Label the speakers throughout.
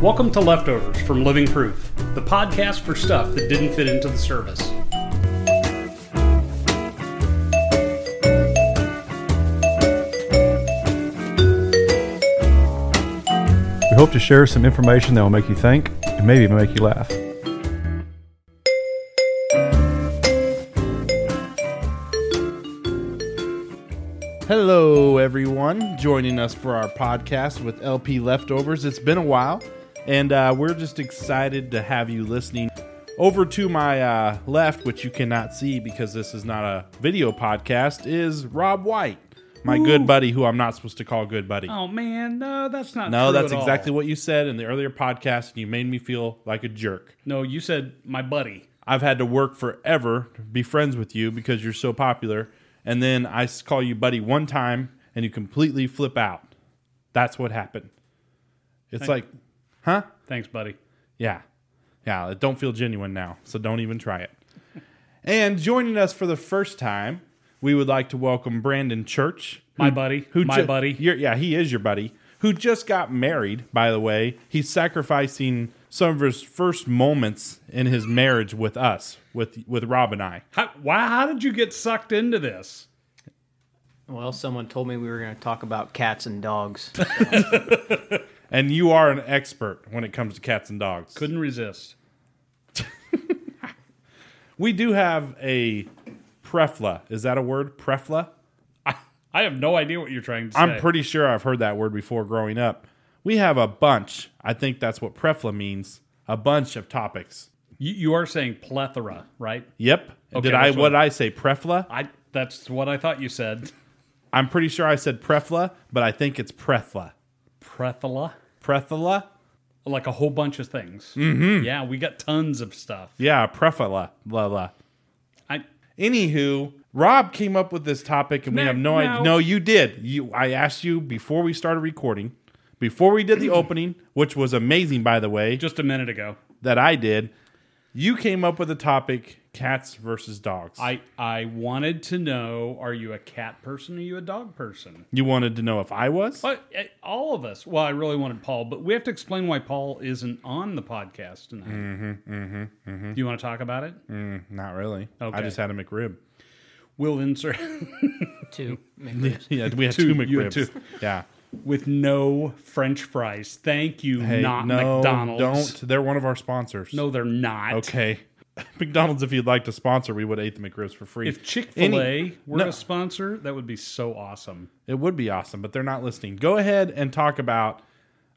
Speaker 1: Welcome to Leftovers from Living Proof, the podcast for stuff that didn't fit into the service.
Speaker 2: We hope to share some information that will make you think and maybe even make you laugh.
Speaker 3: Hello, everyone, joining us for our podcast with LP Leftovers. It's been a while, and uh, we're just excited to have you listening. Over to my uh, left, which you cannot see because this is not a video podcast, is Rob White, my good buddy, who I'm not supposed to call good buddy.
Speaker 1: Oh man, no, that's not
Speaker 3: no,
Speaker 1: true
Speaker 3: that's
Speaker 1: at all.
Speaker 3: exactly what you said in the earlier podcast, and you made me feel like a jerk.
Speaker 1: No, you said my buddy.
Speaker 3: I've had to work forever to be friends with you because you're so popular. And then I s- call you buddy one time and you completely flip out. That's what happened. It's like, huh?
Speaker 1: Thanks, buddy.
Speaker 3: Yeah. Yeah. It don't feel genuine now. So don't even try it. and joining us for the first time, we would like to welcome Brandon Church.
Speaker 1: My buddy. my
Speaker 3: ju-
Speaker 1: buddy.
Speaker 3: you're- yeah, he is your buddy. Who just got married, by the way. He's sacrificing some of his first moments in his marriage with us, with with Rob and I.
Speaker 1: How, why? How did you get sucked into this?
Speaker 4: Well, someone told me we were going to talk about cats and dogs.
Speaker 3: And you are an expert when it comes to cats and dogs.
Speaker 1: Couldn't resist.
Speaker 3: we do have a prefla. Is that a word? Prefla?
Speaker 1: I have no idea what you're trying to say.
Speaker 3: I'm pretty sure I've heard that word before growing up. We have a bunch. I think that's what prefla means. A bunch of topics.
Speaker 1: You, you are saying plethora, right?
Speaker 3: Yep. Did I
Speaker 1: that's what-
Speaker 3: what did I say? Prefla?
Speaker 1: I. That's what I thought you said.
Speaker 3: I'm pretty sure I said prefla, but I think it's prefla.
Speaker 1: Plethora,
Speaker 3: Prefla?
Speaker 1: like a whole bunch of things. Mm-hmm. Yeah, we got tons of stuff.
Speaker 3: Yeah, prefla. La la.
Speaker 1: I.
Speaker 3: Anywho, Rob came up with this topic, and we
Speaker 1: No,
Speaker 3: have no,
Speaker 1: no.
Speaker 3: idea. No, you did. You, I asked you before we started recording, before we did the opening, which was amazing, by the way,
Speaker 1: Just a minute ago,
Speaker 3: that I did. You came up with the topic: cats versus dogs.
Speaker 1: I I wanted to know: Are you a cat person? Are you a dog person?
Speaker 3: you wanted to know if I was.
Speaker 1: But eh, all of us. Well, I really wanted Paul, but we have to explain why Paul isn't on the podcast tonight. Mm-hmm, mm-hmm, Do you want to talk about it?
Speaker 3: Not really.
Speaker 1: Okay.
Speaker 3: I just had a McRib.
Speaker 1: We'll insert
Speaker 4: Two McRibs.
Speaker 3: Yeah, we had
Speaker 1: Two,
Speaker 3: two,
Speaker 1: you had
Speaker 3: McRibs.
Speaker 1: two.
Speaker 3: Yeah.
Speaker 1: with no French fries. Thank you,
Speaker 3: Hey,
Speaker 1: not
Speaker 3: no,
Speaker 1: McDonald's.
Speaker 3: Don't. They're one of our sponsors.
Speaker 1: No, they're not.
Speaker 3: Okay. McDonald's, if you'd like to sponsor, we would eat the McRibs for free.
Speaker 1: If Chick Fil
Speaker 3: Any-
Speaker 1: A were
Speaker 3: No.
Speaker 1: a sponsor, that would be so awesome.
Speaker 3: It would be awesome, but they're not listening. Go ahead and talk about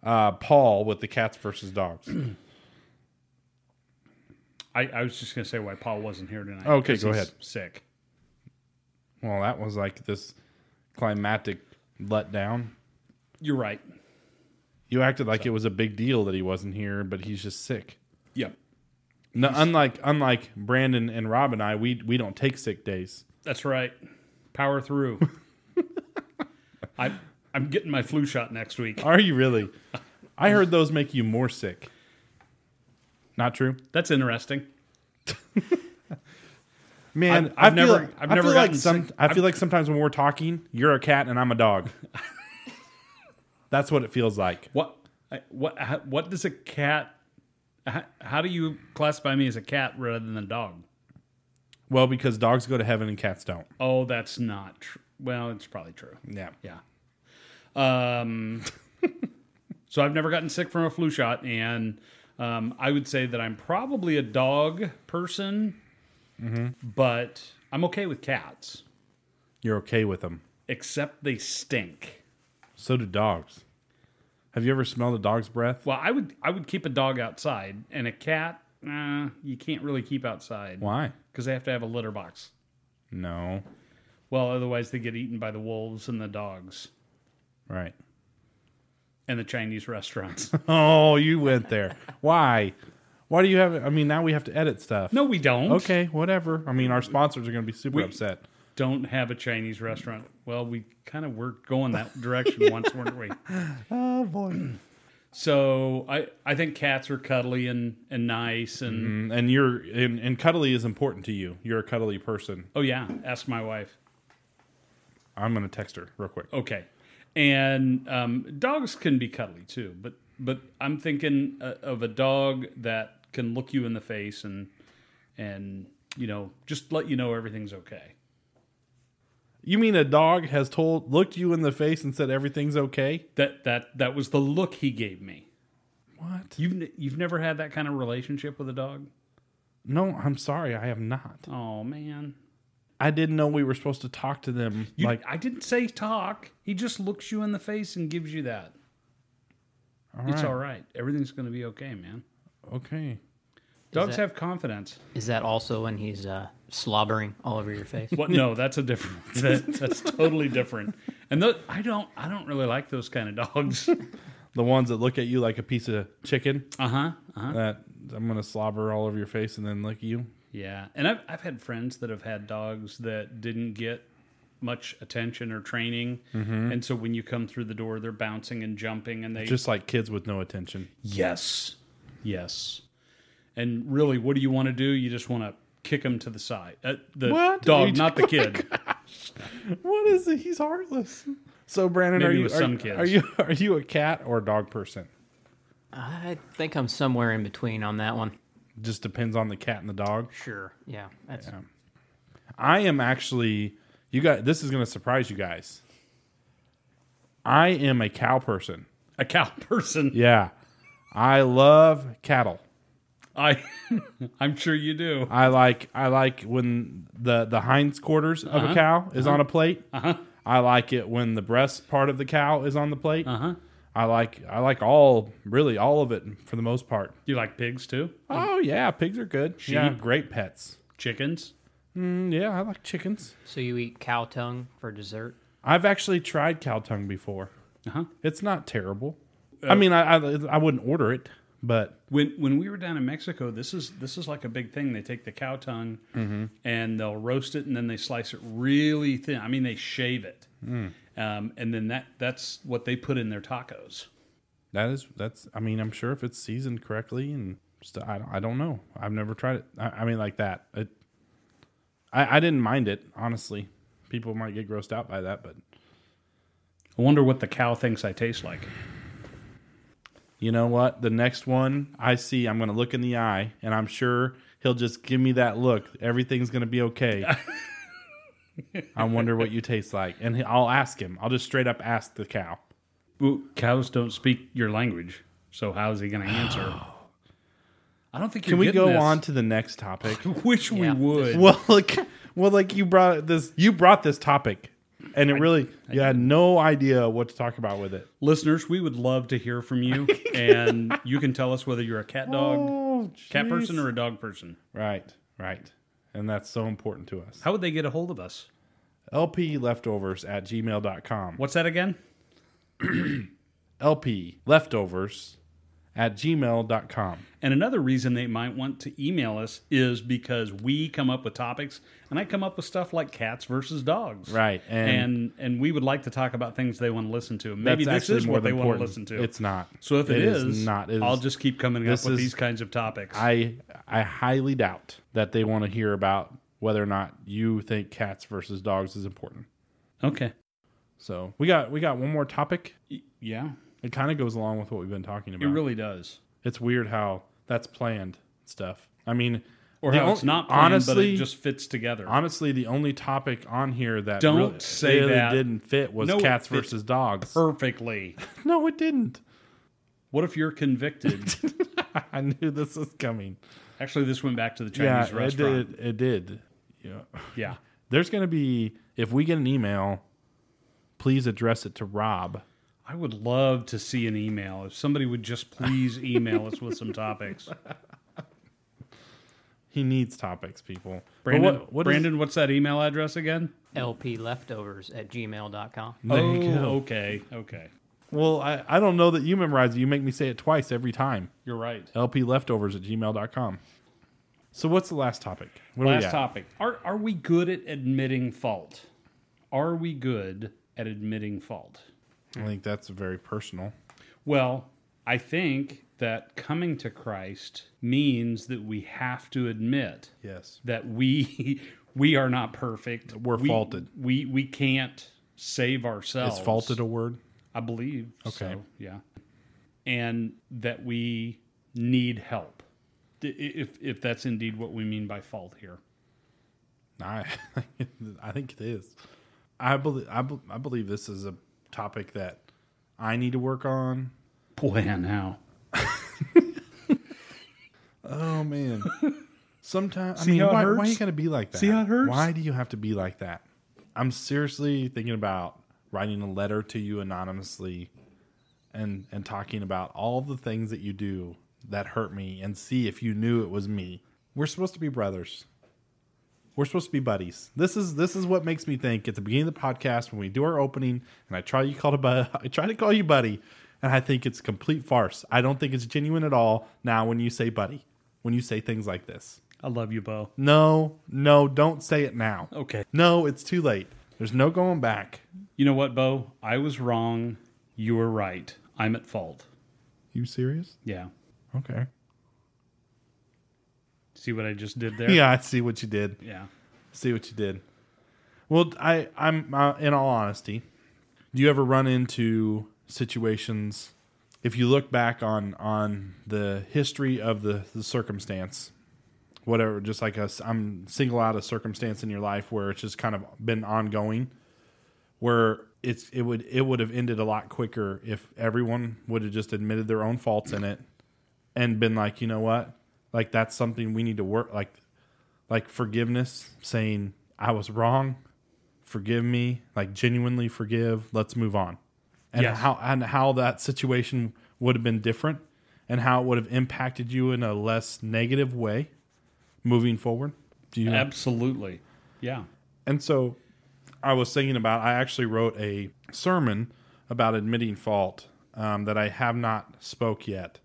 Speaker 3: uh, Paul with the cats versus dogs.
Speaker 1: I, I was just going to say why Paul wasn't here tonight.
Speaker 3: Okay,
Speaker 1: 'cause
Speaker 3: go
Speaker 1: he's
Speaker 3: ahead.
Speaker 1: Sick.
Speaker 3: well, that was like this climatic letdown.
Speaker 1: You're right.
Speaker 3: You acted like it was a big deal that he wasn't here, but he's just sick.
Speaker 1: Yep,
Speaker 3: No, unlike unlike Brandon and Rob and I, we we don't take sick days.
Speaker 1: that's right. Power through. I I'm getting my flu shot next week.
Speaker 3: Are you really? I heard those make you more sick. Not true,
Speaker 1: That's interesting.
Speaker 3: man.
Speaker 1: I've- I've
Speaker 3: I feel
Speaker 1: never-
Speaker 3: like-
Speaker 1: I've
Speaker 3: I
Speaker 1: never
Speaker 3: feel like
Speaker 1: gotten
Speaker 3: some.
Speaker 1: sick.
Speaker 3: I feel like sometimes when we're talking, you're a cat and I'm a dog. That's what it feels like.
Speaker 1: What I- what how- what does a cat? How, how do you classify me as a cat rather than a dog?
Speaker 3: Well, because dogs go to heaven and cats don't.
Speaker 1: Oh, that's not true. Well, it's probably true.
Speaker 3: Yeah.
Speaker 1: Yeah. Um. so I've never gotten sick from a flu shot, and um, I would say that I'm probably a dog person, but I'm okay with cats,
Speaker 3: You're okay with them.
Speaker 1: except they stink.
Speaker 3: So do dogs. Have you ever smelled a dog's breath?
Speaker 1: Well, I would I would keep a dog outside, and a cat, uh, you can't really keep outside
Speaker 3: Why?
Speaker 1: because they have to have a litter box.
Speaker 3: No.
Speaker 1: Well, otherwise they get eaten by the wolves and the dogs
Speaker 3: Right.
Speaker 1: and the Chinese restaurants.
Speaker 3: Oh, you went there. Why? Why do you have I mean, now we have to edit stuff.
Speaker 1: no, we don't.
Speaker 3: Okay, whatever. I mean, our sponsors are going to be super upset.
Speaker 1: Don't have a Chinese restaurant. Well, we kind of were going that direction once, weren't we?
Speaker 3: Oh boy.
Speaker 1: So I, I think cats are cuddly and, and nice and
Speaker 3: Mm, And you're and, and cuddly is important to you. You're a cuddly person.
Speaker 1: oh yeah, ask my wife.
Speaker 3: I'm going to text her real quick.
Speaker 1: Okay. And um, dogs can be cuddly too, but but I'm thinking uh, of a dog that can look you in the face and and you know just let you know everything's okay.
Speaker 3: You mean a dog has told looked you in the face and said everything's okay?
Speaker 1: That that that was the look he gave me.
Speaker 3: What?
Speaker 1: You've n- you've never had that kind of relationship with a dog.
Speaker 3: No, I'm sorry, I have not.
Speaker 1: Oh man,
Speaker 3: I didn't know we were supposed to talk to them.
Speaker 1: You-
Speaker 3: like,
Speaker 1: I didn't say talk. He just looks you in the face and gives you that.
Speaker 3: all
Speaker 1: It's
Speaker 3: right,
Speaker 1: all right. Everything's going to be okay, man.
Speaker 3: okay.
Speaker 1: Dogs
Speaker 4: that-
Speaker 1: have confidence.
Speaker 4: Is that also when he's uh, slobbering all over your face?
Speaker 1: What? No, that's a different. That, that's totally different. And tho- I don't. I don't really like those kind of dogs.
Speaker 3: The ones that look at you like a piece of chicken.
Speaker 1: Uh huh. Uh huh.
Speaker 3: That I'm gonna slobber all over your face and then lick you.
Speaker 1: Yeah. And I've I've had friends that have had dogs that didn't get much attention or training, and so when you come through the door, they're bouncing and jumping, and they
Speaker 3: Mm-hmm. Just like kids with no attention.
Speaker 1: Yes. Yes. And really, what do you want to do? You just want to kick him to the side. Uh, the
Speaker 3: What? Are you-
Speaker 1: dog, not the kid.
Speaker 3: What is it? He's heartless. So Brandon,
Speaker 1: Maybe
Speaker 3: are you
Speaker 1: with
Speaker 3: are,
Speaker 1: some
Speaker 3: you-
Speaker 1: kids.
Speaker 3: are you are you a cat or a dog person?
Speaker 4: I think I'm somewhere in between on that one.
Speaker 3: Just depends on the cat and the dog.
Speaker 4: Sure. Yeah. That's
Speaker 3: I am actually you guys this is going to surprise you guys. I am a cow person.
Speaker 1: A cow person.
Speaker 3: Yeah. I love cattle.
Speaker 1: I, I'm sure you do.
Speaker 3: I like I like when the the hind quarters of a cow is on a plate. I like it when the breast part of the cow is on the plate.
Speaker 1: Uh-huh.
Speaker 3: I like I like all really all of it for the most part.
Speaker 1: You like pigs too?
Speaker 3: Oh yeah, pigs are good. Yeah, great pets.
Speaker 1: Chickens?
Speaker 3: Mm, yeah, I like chickens.
Speaker 4: so you eat cow tongue for dessert.
Speaker 3: I've actually tried cow tongue before.
Speaker 1: Uh huh.
Speaker 3: It's not terrible. I mean, I, I I wouldn't order it, but
Speaker 1: When when we were down in Mexico, this is this is like a big thing. They take the cow tongue
Speaker 3: Mm-hmm.
Speaker 1: and they'll roast it, and then they slice it really thin. I mean, they shave it,
Speaker 3: Mm.
Speaker 1: um, and then that that's what they put in their tacos.
Speaker 3: that is that's. I mean, I'm sure if it's seasoned correctly and st- I don't, I don't know. I've never tried it. I, I mean, like that. It, I I didn't mind it honestly. People might get grossed out by that, but
Speaker 1: I wonder what the cow thinks I taste like.
Speaker 3: you know what? The next one I see, I'm gonna look in the eye, and I'm sure he'll just give me that look. Everything's gonna be okay. I wonder what you taste like, and he- I'll ask him. I'll just straight up ask the cow.
Speaker 1: Well, cows don't speak your language, so how is he going to answer? I don't think.
Speaker 3: Can
Speaker 1: you're
Speaker 3: we
Speaker 1: getting
Speaker 3: go
Speaker 1: this.
Speaker 3: on to the next topic?
Speaker 1: Wish we
Speaker 4: Yeah.
Speaker 1: would.
Speaker 3: well, like, well, like you brought this, you brought this topic, and it really, you had no idea what to talk about with it.
Speaker 1: Listeners, we would love to hear from you, and you can tell us whether you're a cat dog,
Speaker 3: Oh,
Speaker 1: cat person, or a dog person.
Speaker 3: right, right, and that's so important to us.
Speaker 1: How would they get a hold of us?
Speaker 3: LP leftovers at gmail.com.
Speaker 1: What's that again?
Speaker 3: LP leftovers at gmail.com.
Speaker 1: And another reason they might want to email us is because we come up with topics, and I come up with stuff like cats versus dogs,
Speaker 3: Right, and-
Speaker 1: and and we would like to talk about things they want to listen to.
Speaker 3: That's
Speaker 1: Maybe this
Speaker 3: actually
Speaker 1: is
Speaker 3: more
Speaker 1: what they
Speaker 3: than
Speaker 1: want to
Speaker 3: important.
Speaker 1: listen to.
Speaker 3: It's not.
Speaker 1: So if it is,
Speaker 3: not. It is-
Speaker 1: I'll just keep coming up
Speaker 3: This
Speaker 1: with
Speaker 3: is-
Speaker 1: these kinds of topics.
Speaker 3: I I highly doubt that they want to hear about whether or not you think cats versus dogs is important.
Speaker 1: okay.
Speaker 3: So we got we got one more topic.
Speaker 1: Yeah.
Speaker 3: It kind of goes along with what we've been talking
Speaker 1: It
Speaker 3: about.
Speaker 1: really does.
Speaker 3: it's weird how that's planned stuff. I mean,
Speaker 1: Or
Speaker 3: the
Speaker 1: how it's
Speaker 3: on-
Speaker 1: not planned,
Speaker 3: honestly.
Speaker 1: but it just fits together.
Speaker 3: honestly, the only topic on here that
Speaker 1: Don't
Speaker 3: really,
Speaker 1: say
Speaker 3: really
Speaker 1: that.
Speaker 3: didn't fit was
Speaker 1: No, it
Speaker 3: cats
Speaker 1: fits
Speaker 3: versus dogs.
Speaker 1: Perfectly.
Speaker 3: no, it didn't.
Speaker 1: What if you're convicted?
Speaker 3: I knew this was coming.
Speaker 1: Actually, this went back to the
Speaker 3: Yeah,
Speaker 1: Chinese
Speaker 3: it
Speaker 1: restaurant.
Speaker 3: did. It did. Yeah.
Speaker 1: Yeah.
Speaker 3: There's going to be if we get an email, please address it to Rob.
Speaker 1: I would love to see an email. If somebody would just please email us with some topics.
Speaker 3: He needs topics, people. But
Speaker 1: Brandon,
Speaker 3: what- what is-
Speaker 1: Brandon what's that email address again?
Speaker 4: LP leftovers at gmail.com.
Speaker 3: There you
Speaker 1: oh,
Speaker 3: go.
Speaker 1: okay. Okay.
Speaker 3: Well, I, I don't know that you memorize it. You make me say it twice every time.
Speaker 1: You're right.
Speaker 3: lpleftovers at gmail.com. So what's the last topic? What do we
Speaker 1: Last
Speaker 3: got?
Speaker 1: topic. Are are we good at admitting fault? Are we good at admitting fault?
Speaker 3: I think that's very personal.
Speaker 1: Well, I think that coming to Christ means that we have to admit
Speaker 3: Yes.
Speaker 1: that we we are not perfect.
Speaker 3: We're
Speaker 1: We-
Speaker 3: faulted.
Speaker 1: We we can't save
Speaker 3: Is
Speaker 1: ourselves.
Speaker 3: faulted a word?
Speaker 1: I believe.
Speaker 3: Okay.
Speaker 1: so, yeah. and that we need help. I- If if that's indeed what we mean by fault here.
Speaker 3: I, I think it is. I believe I, bel I believe this is a topic that I need to work on.
Speaker 1: Boy, now.
Speaker 3: Oh man. Sometimes I
Speaker 1: See
Speaker 3: mean,
Speaker 1: how it
Speaker 3: why,
Speaker 1: hurts?
Speaker 3: why you gotta be like that?
Speaker 1: See how it hurts?
Speaker 3: Why do you have to be like that? I'm seriously thinking about writing a letter to you anonymously, and and talking about all the things that you do that hurt me, and see if you knew it was me. We're supposed to be brothers. We're supposed to be buddies. This is this is what makes me think at the beginning of the podcast when we do our opening, and I try you call to bu- I try to call you buddy, and I think it's a complete farce. I don't think it's genuine at all. Now when you say buddy, when you say things like this.
Speaker 1: I love you, Bo.
Speaker 3: No, no, don't say it now.
Speaker 1: Okay.
Speaker 3: No, it's too late. There's no going back.
Speaker 1: You know what, Bo? I was wrong. You were right. I'm at fault.
Speaker 3: You serious?
Speaker 1: Yeah.
Speaker 3: Okay.
Speaker 1: See what I just did there?
Speaker 3: Yeah, I see what you did.
Speaker 1: Yeah.
Speaker 3: See what you did. Well, I, I'm uh, in all honesty. Do you ever run into situations? If you look back on on the history of the, the circumstance, whatever, just like us, I'm single out a circumstance in your life where it's just kind of been ongoing, where it's it would it would have ended a lot quicker if everyone would have just admitted their own faults in it, and been like, you know what, like that's something we need to work like like forgiveness, saying I was wrong, forgive me, like genuinely forgive, let's move on. And
Speaker 1: Yes.
Speaker 3: how and how that situation would have been different and how it would have impacted you in a less negative way moving forward. Do you
Speaker 1: Absolutely. Yeah.
Speaker 3: and so I was thinking about, I actually wrote a sermon about admitting fault um, that I have not spoke yet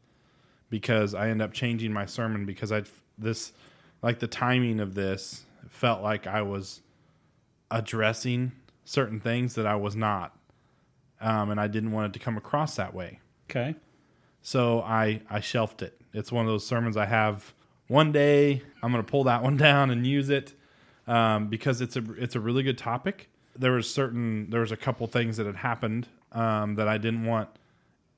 Speaker 3: because I end up changing my sermon because I this like the timing of this felt like I was addressing certain things that I was not, um, and I didn't want it to come across that way.
Speaker 1: Okay.
Speaker 3: So I I shelved it. It's one of those sermons I have one day. I'm gonna pull that one down and use it um, because it's a it's a really good topic. There was certain there was a couple things that had happened um, that I didn't want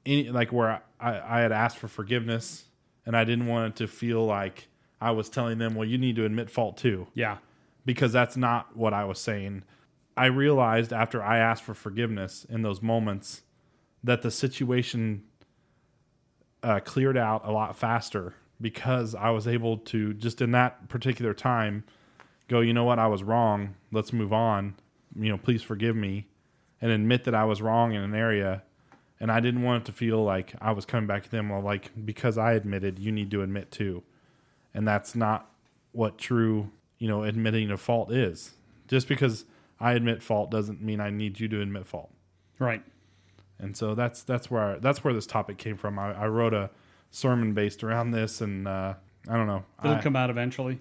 Speaker 3: any like where I, I had asked for forgiveness and I didn't want it to feel like I was telling them, well, you need to admit fault too
Speaker 1: Yeah.
Speaker 3: because that's not what I was saying. I realized after I asked for forgiveness in those moments that the situation uh, cleared out a lot faster because I was able to, just in that particular time, go, you know what, I was wrong. Let's move on. You know, please forgive me and admit that I was wrong in an area. And I didn't want it to feel like I was coming back to them, well, like, because I admitted, you need to admit too and that's not what true you know admitting a fault is just because i admit fault doesn't mean i need you to admit fault
Speaker 1: Right.
Speaker 3: and so that's that's where that's where this topic came from i, I wrote a sermon based around this and uh, i don't know
Speaker 1: It'll
Speaker 3: I-
Speaker 1: come out eventually.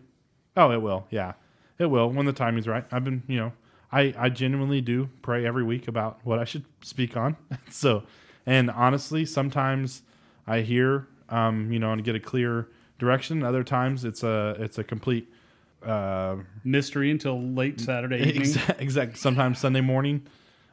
Speaker 3: oh it will yeah it will when the timing's right i've been you know i i genuinely do pray every week about what i should speak on so and honestly sometimes i hear um you know and get a clear direction other times it's a it's a complete uh
Speaker 1: Mystery until late Saturday evening.
Speaker 3: Exact, exact. Sometimes Sunday morning,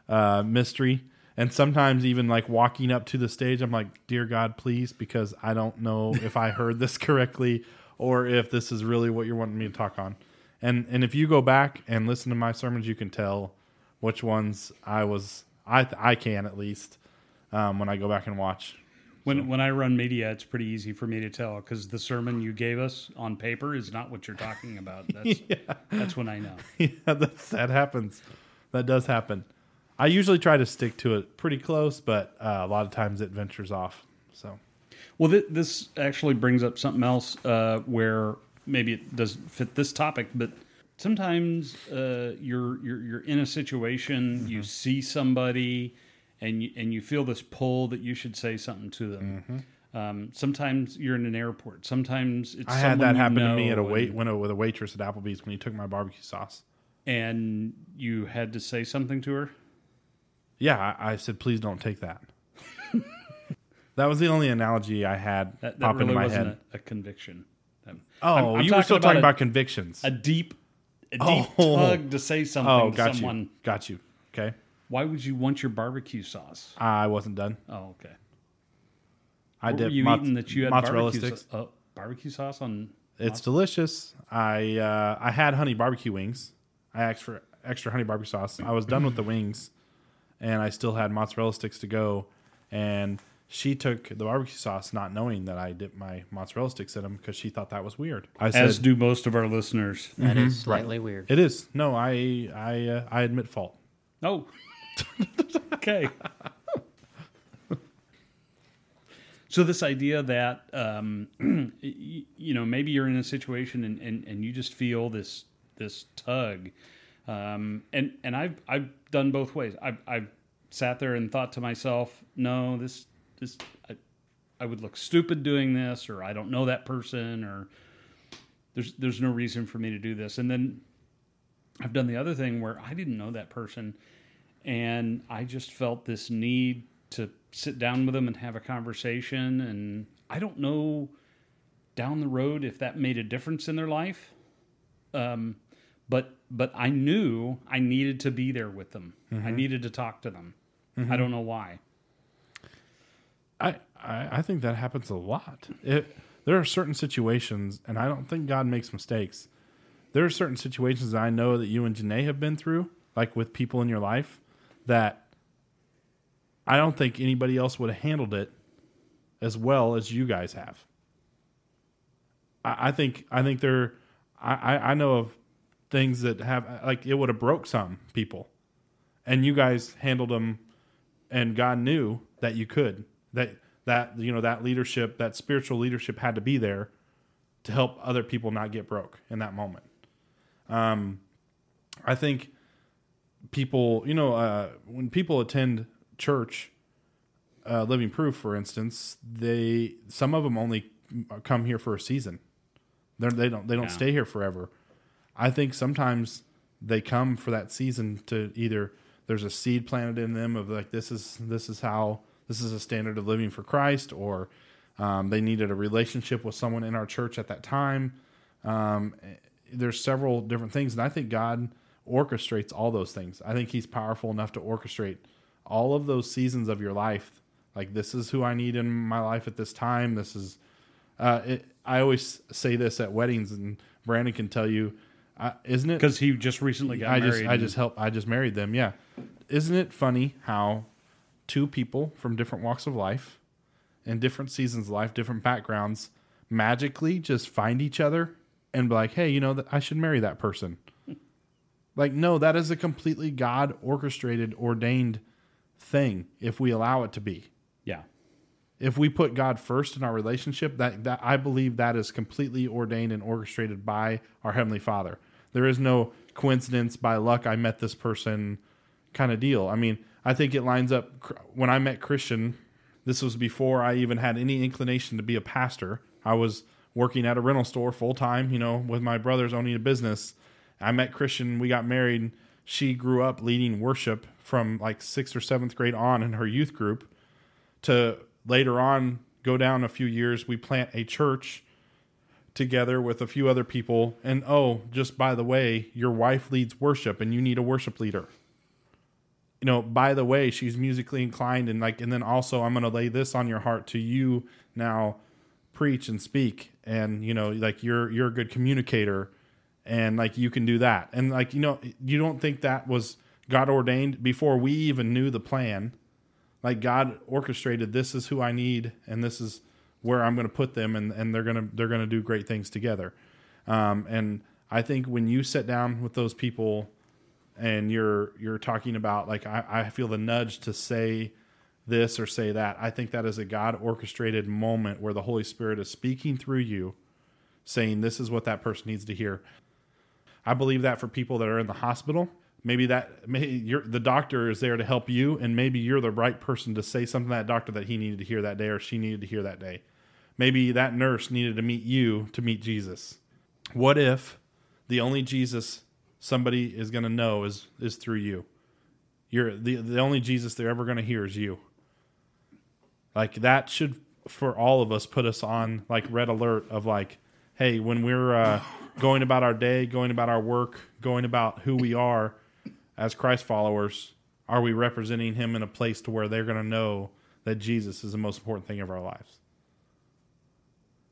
Speaker 3: uh, mystery, and sometimes even like walking up to the stage, I'm like, "Dear God, please," because I don't know if I heard this correctly or if this is really what you're wanting me to talk on. And and if you go back and listen to my sermons, you can tell which ones I was. I I can at least um, when I go back and watch.
Speaker 1: When when I run media, it's pretty easy for me to tell because the sermon you gave us on paper is not what you're talking about. That's that's when I know.
Speaker 3: yeah, that's, that happens. That does happen. I usually try to stick to it pretty close, but uh, a lot of times it ventures off. So.
Speaker 1: Well, th- this actually brings up something else uh, where maybe it doesn't fit this topic, but sometimes uh, you're, you're you're in a situation,
Speaker 3: Mm-hmm.
Speaker 1: you see somebody, and you, and you feel this pull that you should say something to them. Um, sometimes you're in an airport. Sometimes it's
Speaker 3: Mm-hmm. I had
Speaker 1: someone
Speaker 3: that
Speaker 1: you
Speaker 3: happen to me
Speaker 1: know
Speaker 3: at a wait
Speaker 1: and-
Speaker 3: when a, with a waitress at Applebee's when he took my barbecue sauce.
Speaker 1: and you had to say something to her.
Speaker 3: Yeah, I, I said, please don't take that. that was the only analogy I had
Speaker 1: That, that
Speaker 3: pop
Speaker 1: really
Speaker 3: into my
Speaker 1: wasn't
Speaker 3: head.
Speaker 1: a, a conviction. Um,
Speaker 3: oh,
Speaker 1: I'm- I'm
Speaker 3: you were still talking
Speaker 1: a-
Speaker 3: about, convictions.
Speaker 1: a deep, a deep
Speaker 3: Oh.
Speaker 1: tug to say something
Speaker 3: oh,
Speaker 1: to
Speaker 3: got
Speaker 1: someone.
Speaker 3: you, got you. Okay,
Speaker 1: Why would you want your barbecue sauce?
Speaker 3: I wasn't done.
Speaker 1: Oh, okay.
Speaker 3: I
Speaker 1: What
Speaker 3: dip
Speaker 1: were you
Speaker 3: moz-
Speaker 1: eating that you had
Speaker 3: mozzarella
Speaker 1: barbecue,
Speaker 3: sticks.
Speaker 1: sa- uh, barbecue sauce on?
Speaker 3: It's delicious. I uh, I had honey barbecue wings. I asked for extra honey barbecue sauce. I was done with the wings, and I still had mozzarella sticks to go. And she took the barbecue sauce, not knowing that I dipped my mozzarella sticks in them because she thought that was weird. I said,
Speaker 1: As do most of our listeners.
Speaker 4: That is slightly weird.
Speaker 3: "It is no, I I uh, I admit fault."
Speaker 1: Oh. okay. so this idea that um, y- y- you know maybe you're in a situation and, and, and you just feel this this tug, um, and and I've I've done both ways. I've I've sat there and thought to myself, no, this this I, I would look stupid doing this, or I don't know that person, or there's there's no reason for me to do this. And then I've done the other thing where I didn't know that person and I just felt this need to sit down with them and have a conversation and I don't know down the road if that made a difference in their life. Um but but I knew I needed to be there with them. I
Speaker 3: Mm-hmm.
Speaker 1: needed to talk to them. I don't know why.
Speaker 3: I, I I think that happens a lot. It, there are certain situations, and I don't think God makes mistakes. There are certain situations that I know that you and Janae have been through, like with people in your life, that I don't think anybody else would have handled it as well as you guys have. I, I think I think there I, I, I know of things that have like it would have broke some people, and you guys handled them and God knew that you could that that you know that leadership that spiritual leadership had to be there to help other people not get broke in that moment. Um, I think people you know uh, when people attend church, uh, Living Proof for instance, they some of them only come here for a season. They're, they don't they don't
Speaker 1: Yeah.
Speaker 3: stay here forever. I think sometimes they come for that season to either there's a seed planted in them of like this is this is how this is a standard of living for Christ, or um, they needed a relationship with someone in our church at that time. Um, there's several different things, and I think God orchestrates all those things. I think He's powerful enough to orchestrate all of those seasons of your life. Like this is who I need in my life at this time. This is uh, it, I always say this at weddings, and Brandon can tell you, uh, isn't it?
Speaker 1: Cuz he just recently got
Speaker 3: I
Speaker 1: married.
Speaker 3: just I
Speaker 1: and-
Speaker 3: just help I just married them. Yeah, isn't it funny how two people from different walks of life and different seasons of life, different backgrounds, magically just find each other and be like, hey, you know, th- I should marry that person. like, no, that is a completely God orchestrated, ordained thing if we allow it to be
Speaker 1: yeah.
Speaker 3: if we put God first in our relationship, that, that I believe that is completely ordained and orchestrated by our Heavenly Father. There is no coincidence by luck I met this person kind of deal. I mean, I think it lines up cr- when I met Christian. This was before I even had any inclination to be a pastor. I was working at a rental store full time, you know, with my brothers owning a business. I met Christian, we got married. She grew up leading worship from like sixth or seventh grade on in her youth group to later on go down a few years we plant a church together with a few other people and oh just by the way your wife leads worship and you need a worship leader you know by the way she's musically inclined and like and then also i'm going to lay this on your heart to you now preach and speak and you know like you're you're a good communicator and like you can do that and like you know you don't think that was god ordained before we even knew the plan like God orchestrated this is who I need and this is where I'm going to put them and and they're going to they're going to do great things together. Um, and I think when you sit down with those people and you're you're talking about like I, I feel the nudge to say this or say that, I think that is a God orchestrated moment where the Holy Spirit is speaking through you, saying this is what that person needs to hear. I believe that for people that are in the hospital, maybe that maybe you're, the doctor is there to help you, and maybe you're the right person to say something to that doctor that he needed to hear that day or she needed to hear that day. Maybe that nurse needed to meet you to meet Jesus. What if the only Jesus somebody is going to know is is through you? You're the the only Jesus they're ever going to hear is you. Like that should for all of us put us on like red alert of like, hey, when we're uh, going about our day, going about our work, going about who we are as Christ followers, are we representing Him in a place to where they're going to know that Jesus is the most important thing of our lives?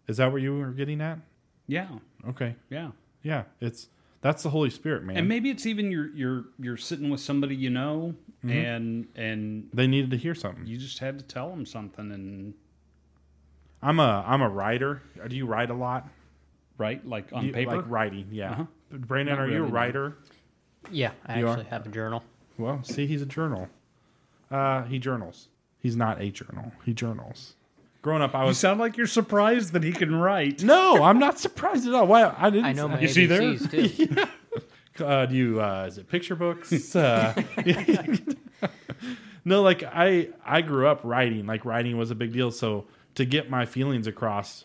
Speaker 3: Is that what you were getting at?
Speaker 1: Yeah,
Speaker 3: Okay.
Speaker 1: yeah.
Speaker 3: Yeah. It's that's the Holy Spirit, man.
Speaker 1: And maybe it's even you're you're you're sitting with somebody you know,
Speaker 3: Mm-hmm.
Speaker 1: and and
Speaker 3: they needed to hear something.
Speaker 1: you just had to tell them something and
Speaker 3: I'm a I'm a writer. Do you write a lot?
Speaker 1: right like on
Speaker 3: You-
Speaker 1: paper.
Speaker 3: Like writing, yeah.
Speaker 1: Uh-huh.
Speaker 3: But Brandon,
Speaker 1: Not
Speaker 3: are you a
Speaker 1: really, no.
Speaker 3: writer?
Speaker 4: Yeah, I
Speaker 3: You are?
Speaker 4: actually have a journal.
Speaker 3: Well, see, he's a journal. Uh, he journals. He's not a journal. He journals. Growing up, I
Speaker 1: You
Speaker 3: was
Speaker 1: sound like you're surprised that he can write.
Speaker 3: no. I'm not surprised at all. Why I didn't.
Speaker 4: I know my
Speaker 1: You see there?
Speaker 4: ABCs too.
Speaker 3: uh, do you uh, is it picture books uh, no like i i grew up writing like writing was a big deal so to get my feelings across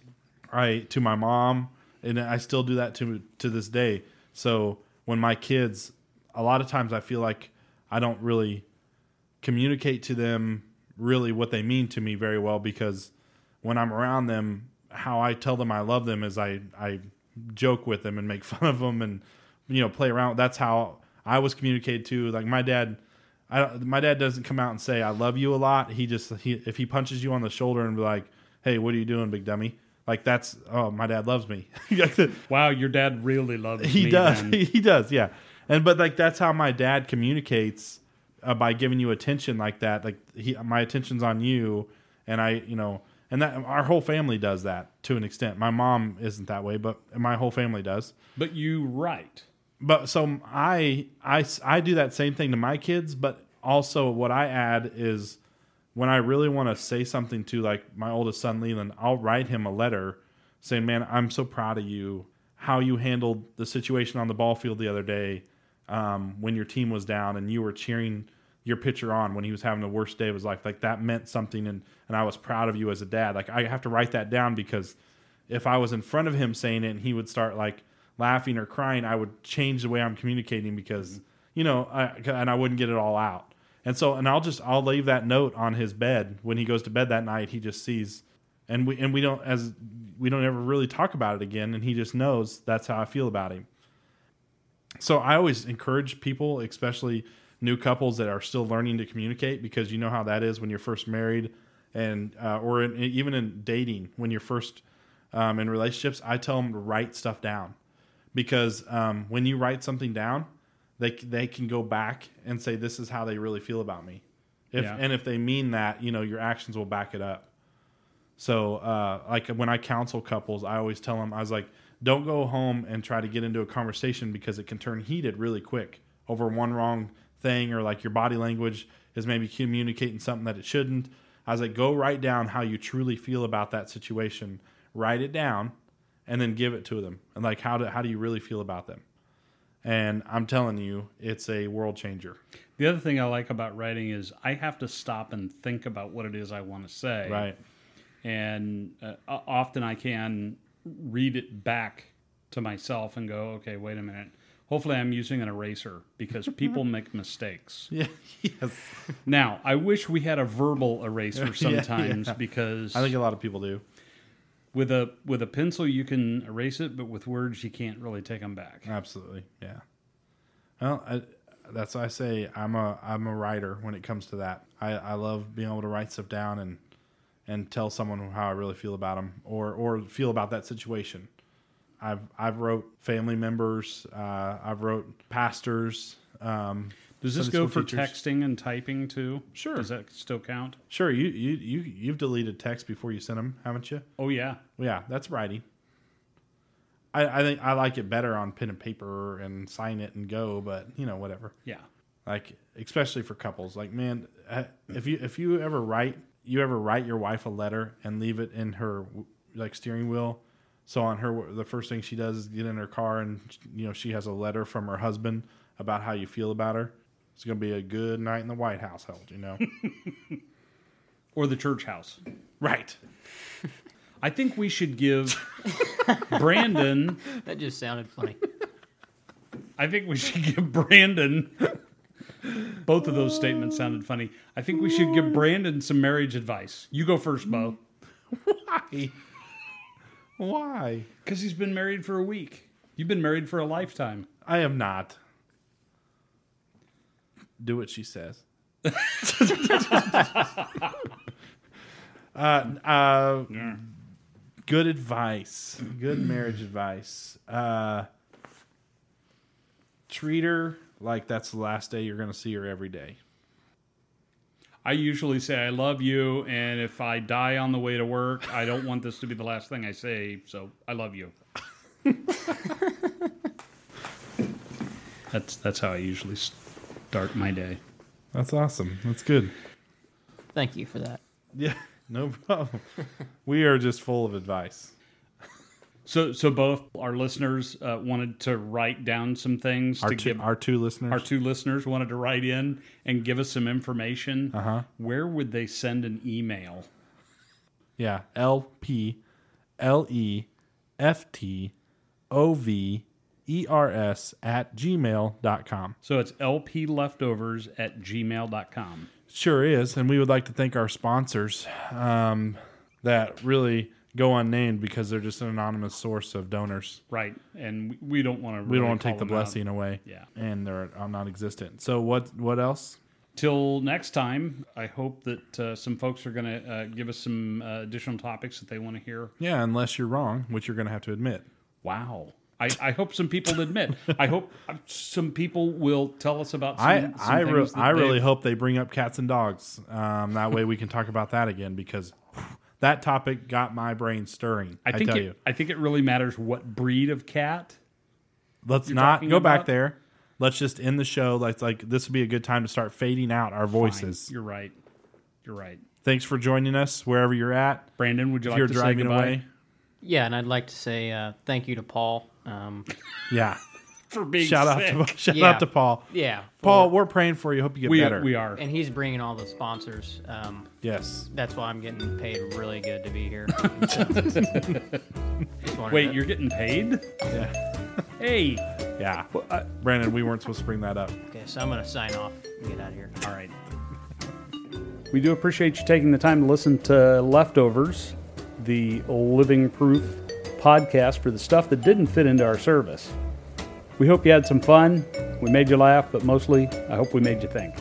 Speaker 3: i to my mom and i still do that to to this day so when my kids a lot of times i feel like i don't really communicate to them really what they mean to me very well because when i'm around them how i tell them i love them is i i joke with them and make fun of them and you know play around that's how i was communicated to like my dad I, don't- my dad doesn't come out and say i love you a lot he just he, if he punches you on the shoulder and be like hey what are you doing big dummy like that's oh my dad loves me Like the-
Speaker 1: Wow, your dad really loves
Speaker 3: he
Speaker 1: me
Speaker 3: does
Speaker 1: then.
Speaker 3: he does yeah and but like that's how my dad communicates uh, by giving you attention like that like he my attention's on you and i you know and that our whole family does that to an extent my mom isn't that way but my whole family does
Speaker 1: But you write.
Speaker 3: but so I, I i do that same thing to my kids but also what i add is when i really want to say something to like my oldest son leland i'll write him a letter saying man i'm so proud of you how you handled the situation on the ball field the other day um, when your team was down and you were cheering your pitcher on when he was having the worst day of his life like that meant something and and i was proud of you as a dad like i have to write that down because if I was in front of him saying it and he would start like laughing or crying, I would change the way I'm communicating because you know, I, and I wouldn't get it all out. And so, and I'll just I'll leave that note on his bed when he goes to bed that night. He just sees, and we and we don't as we don't ever really talk about it again. And he just knows that's how I feel about him. So I always encourage people, especially new couples that are still learning to communicate, because you know how that is when you're first married, and uh, or in, even in dating when you're first um, in relationships. I tell them to write stuff down, because um, when you write something down, they c- they can go back and say this is how they really feel about me, if
Speaker 1: Yeah.
Speaker 3: and if they mean that, you know your actions will back it up. So, uh, like when I counsel couples, I always tell them, I was like, don't go home and try to get into a conversation because it can turn heated really quick over one wrong thing or like your body language is maybe communicating something that it shouldn't. I was like, go write down how you truly feel about that situation, write it down, and then give it to them. And like, how do, how do you really feel about them? And I'm telling you, it's a world changer.
Speaker 1: The other thing I like about writing is I have to stop and think about what it is I want to say.
Speaker 3: Right.
Speaker 1: And uh, o- often I can read it back to myself and go, okay, wait a minute. Hopefully I'm using an eraser because people make mistakes.
Speaker 3: Yeah. yes.
Speaker 1: Now, I wish we had a verbal eraser sometimes because
Speaker 3: I think a lot of people do.
Speaker 1: with a with a pencil you can erase it, but with words you can't really take them back.
Speaker 3: Absolutely, yeah. Well, I, that's why I say I'm a I'm a writer when it comes to that. I, I love being able to write stuff down and and tell someone how I really feel about them or or feel about that situation. I've I've wrote family members, uh, I've wrote pastors. Um,
Speaker 1: Does this
Speaker 3: Sunday
Speaker 1: go for
Speaker 3: school teachers.
Speaker 1: texting and typing too?
Speaker 3: Sure.
Speaker 1: Does that still count?
Speaker 3: Sure, you you you you've deleted texts before you sent them, haven't you?
Speaker 1: Oh yeah.
Speaker 3: Yeah, that's writing. I, I think I like it better on pen and paper and sign it and go, but you know whatever.
Speaker 1: Yeah.
Speaker 3: like especially for couples like man uh, if you if you ever write you ever write your wife a letter and leave it in her like steering wheel so on her the first thing she does is get in her car and you know she has a letter from her husband about how you feel about her it's going to be a good night in the white household you know
Speaker 1: Or the church house.
Speaker 3: right
Speaker 1: I think we should give Brandon.
Speaker 4: that just sounded funny.
Speaker 1: I think we should give Brandon. Both of those statements sounded funny. I think we should give Brandon some marriage advice. You go first, Bo,
Speaker 3: Mm. why why
Speaker 1: because he's been married for a week. You've been married for a lifetime.
Speaker 3: i am not do what she says uh uh Good advice. Good marriage advice. Uh, treat her like that's the last day you're going to see her every day.
Speaker 1: I usually say I love you, and if I die on the way to work, I don't want this to be the last thing I say, so I love you. that's that's how I usually start my day.
Speaker 3: That's awesome. That's good.
Speaker 4: Thank you for that.
Speaker 3: Yeah, no problem. we are just full of advice.
Speaker 1: So so both our listeners uh, wanted to write down some things
Speaker 3: Our
Speaker 1: to
Speaker 3: two,
Speaker 1: give
Speaker 3: our two listeners.
Speaker 1: our two listeners wanted to write in and give us some information. Uh-huh. Where would they send an email?
Speaker 3: Yeah, L P L E F T O V E R S at gmail.com.
Speaker 1: So it's lpleftovers at gmail.com.
Speaker 3: Sure is. And we would like to thank our sponsors um, that really go unnamed because they're just an anonymous source of donors.
Speaker 1: Right. And we, we don't want to
Speaker 3: We don't want to take the blessing away.
Speaker 1: Yeah.
Speaker 3: And they're uh, non existent. So, what, what else?
Speaker 1: Till next time, I hope that uh, some folks are going to uh, give us some uh, additional topics that they want to hear.
Speaker 3: Yeah, unless you're wrong, which you're going to have to admit.
Speaker 1: Wow. I, I hope some people admit. I hope uh, some people will tell us about some,
Speaker 3: I
Speaker 1: some
Speaker 3: I, re-
Speaker 1: things that
Speaker 3: I really
Speaker 1: they've-
Speaker 3: hope they bring up cats and dogs. Um, that way we can talk about that again because that topic got my brain stirring. I,
Speaker 1: I think
Speaker 3: tell
Speaker 1: it,
Speaker 3: you,
Speaker 1: I think it really matters what breed of cat.
Speaker 3: let's not
Speaker 1: talking
Speaker 3: go back
Speaker 1: about-
Speaker 3: there. Let's just end the show. Let's like this would be a good time to start fading out our voices.
Speaker 1: You're right. You're right.
Speaker 3: Thanks for joining us wherever you're at.
Speaker 1: Brandon, would you
Speaker 3: If
Speaker 1: like
Speaker 3: you're
Speaker 1: to say
Speaker 3: driving
Speaker 1: goodbye?
Speaker 3: away,
Speaker 4: Yeah, and I'd like to say uh, thank you to Paul. Um,
Speaker 3: yeah.
Speaker 1: for being
Speaker 3: Shout out
Speaker 1: sick.
Speaker 3: to shout
Speaker 4: Yeah.
Speaker 3: out to Paul.
Speaker 4: yeah,
Speaker 3: Paul,
Speaker 4: for-
Speaker 3: we're praying for you. Hope you get
Speaker 1: we,
Speaker 3: better.
Speaker 1: we are.
Speaker 4: and he's bringing all the sponsors. Um,
Speaker 3: Yes.
Speaker 4: that's why I'm getting paid really good to be here. Just wanted
Speaker 1: Wait,
Speaker 4: to-
Speaker 1: you're getting paid?
Speaker 3: Yeah.
Speaker 1: Hey.
Speaker 3: Yeah. Brandon, we weren't supposed to bring that up.
Speaker 4: okay? So I'm gonna sign off and get out of here.
Speaker 1: All right. We do appreciate you taking the time to listen to Leftovers, the living proof podcast for the stuff that didn't fit into our service. We hope you had some fun. We made you laugh, but mostly, I hope we made you think.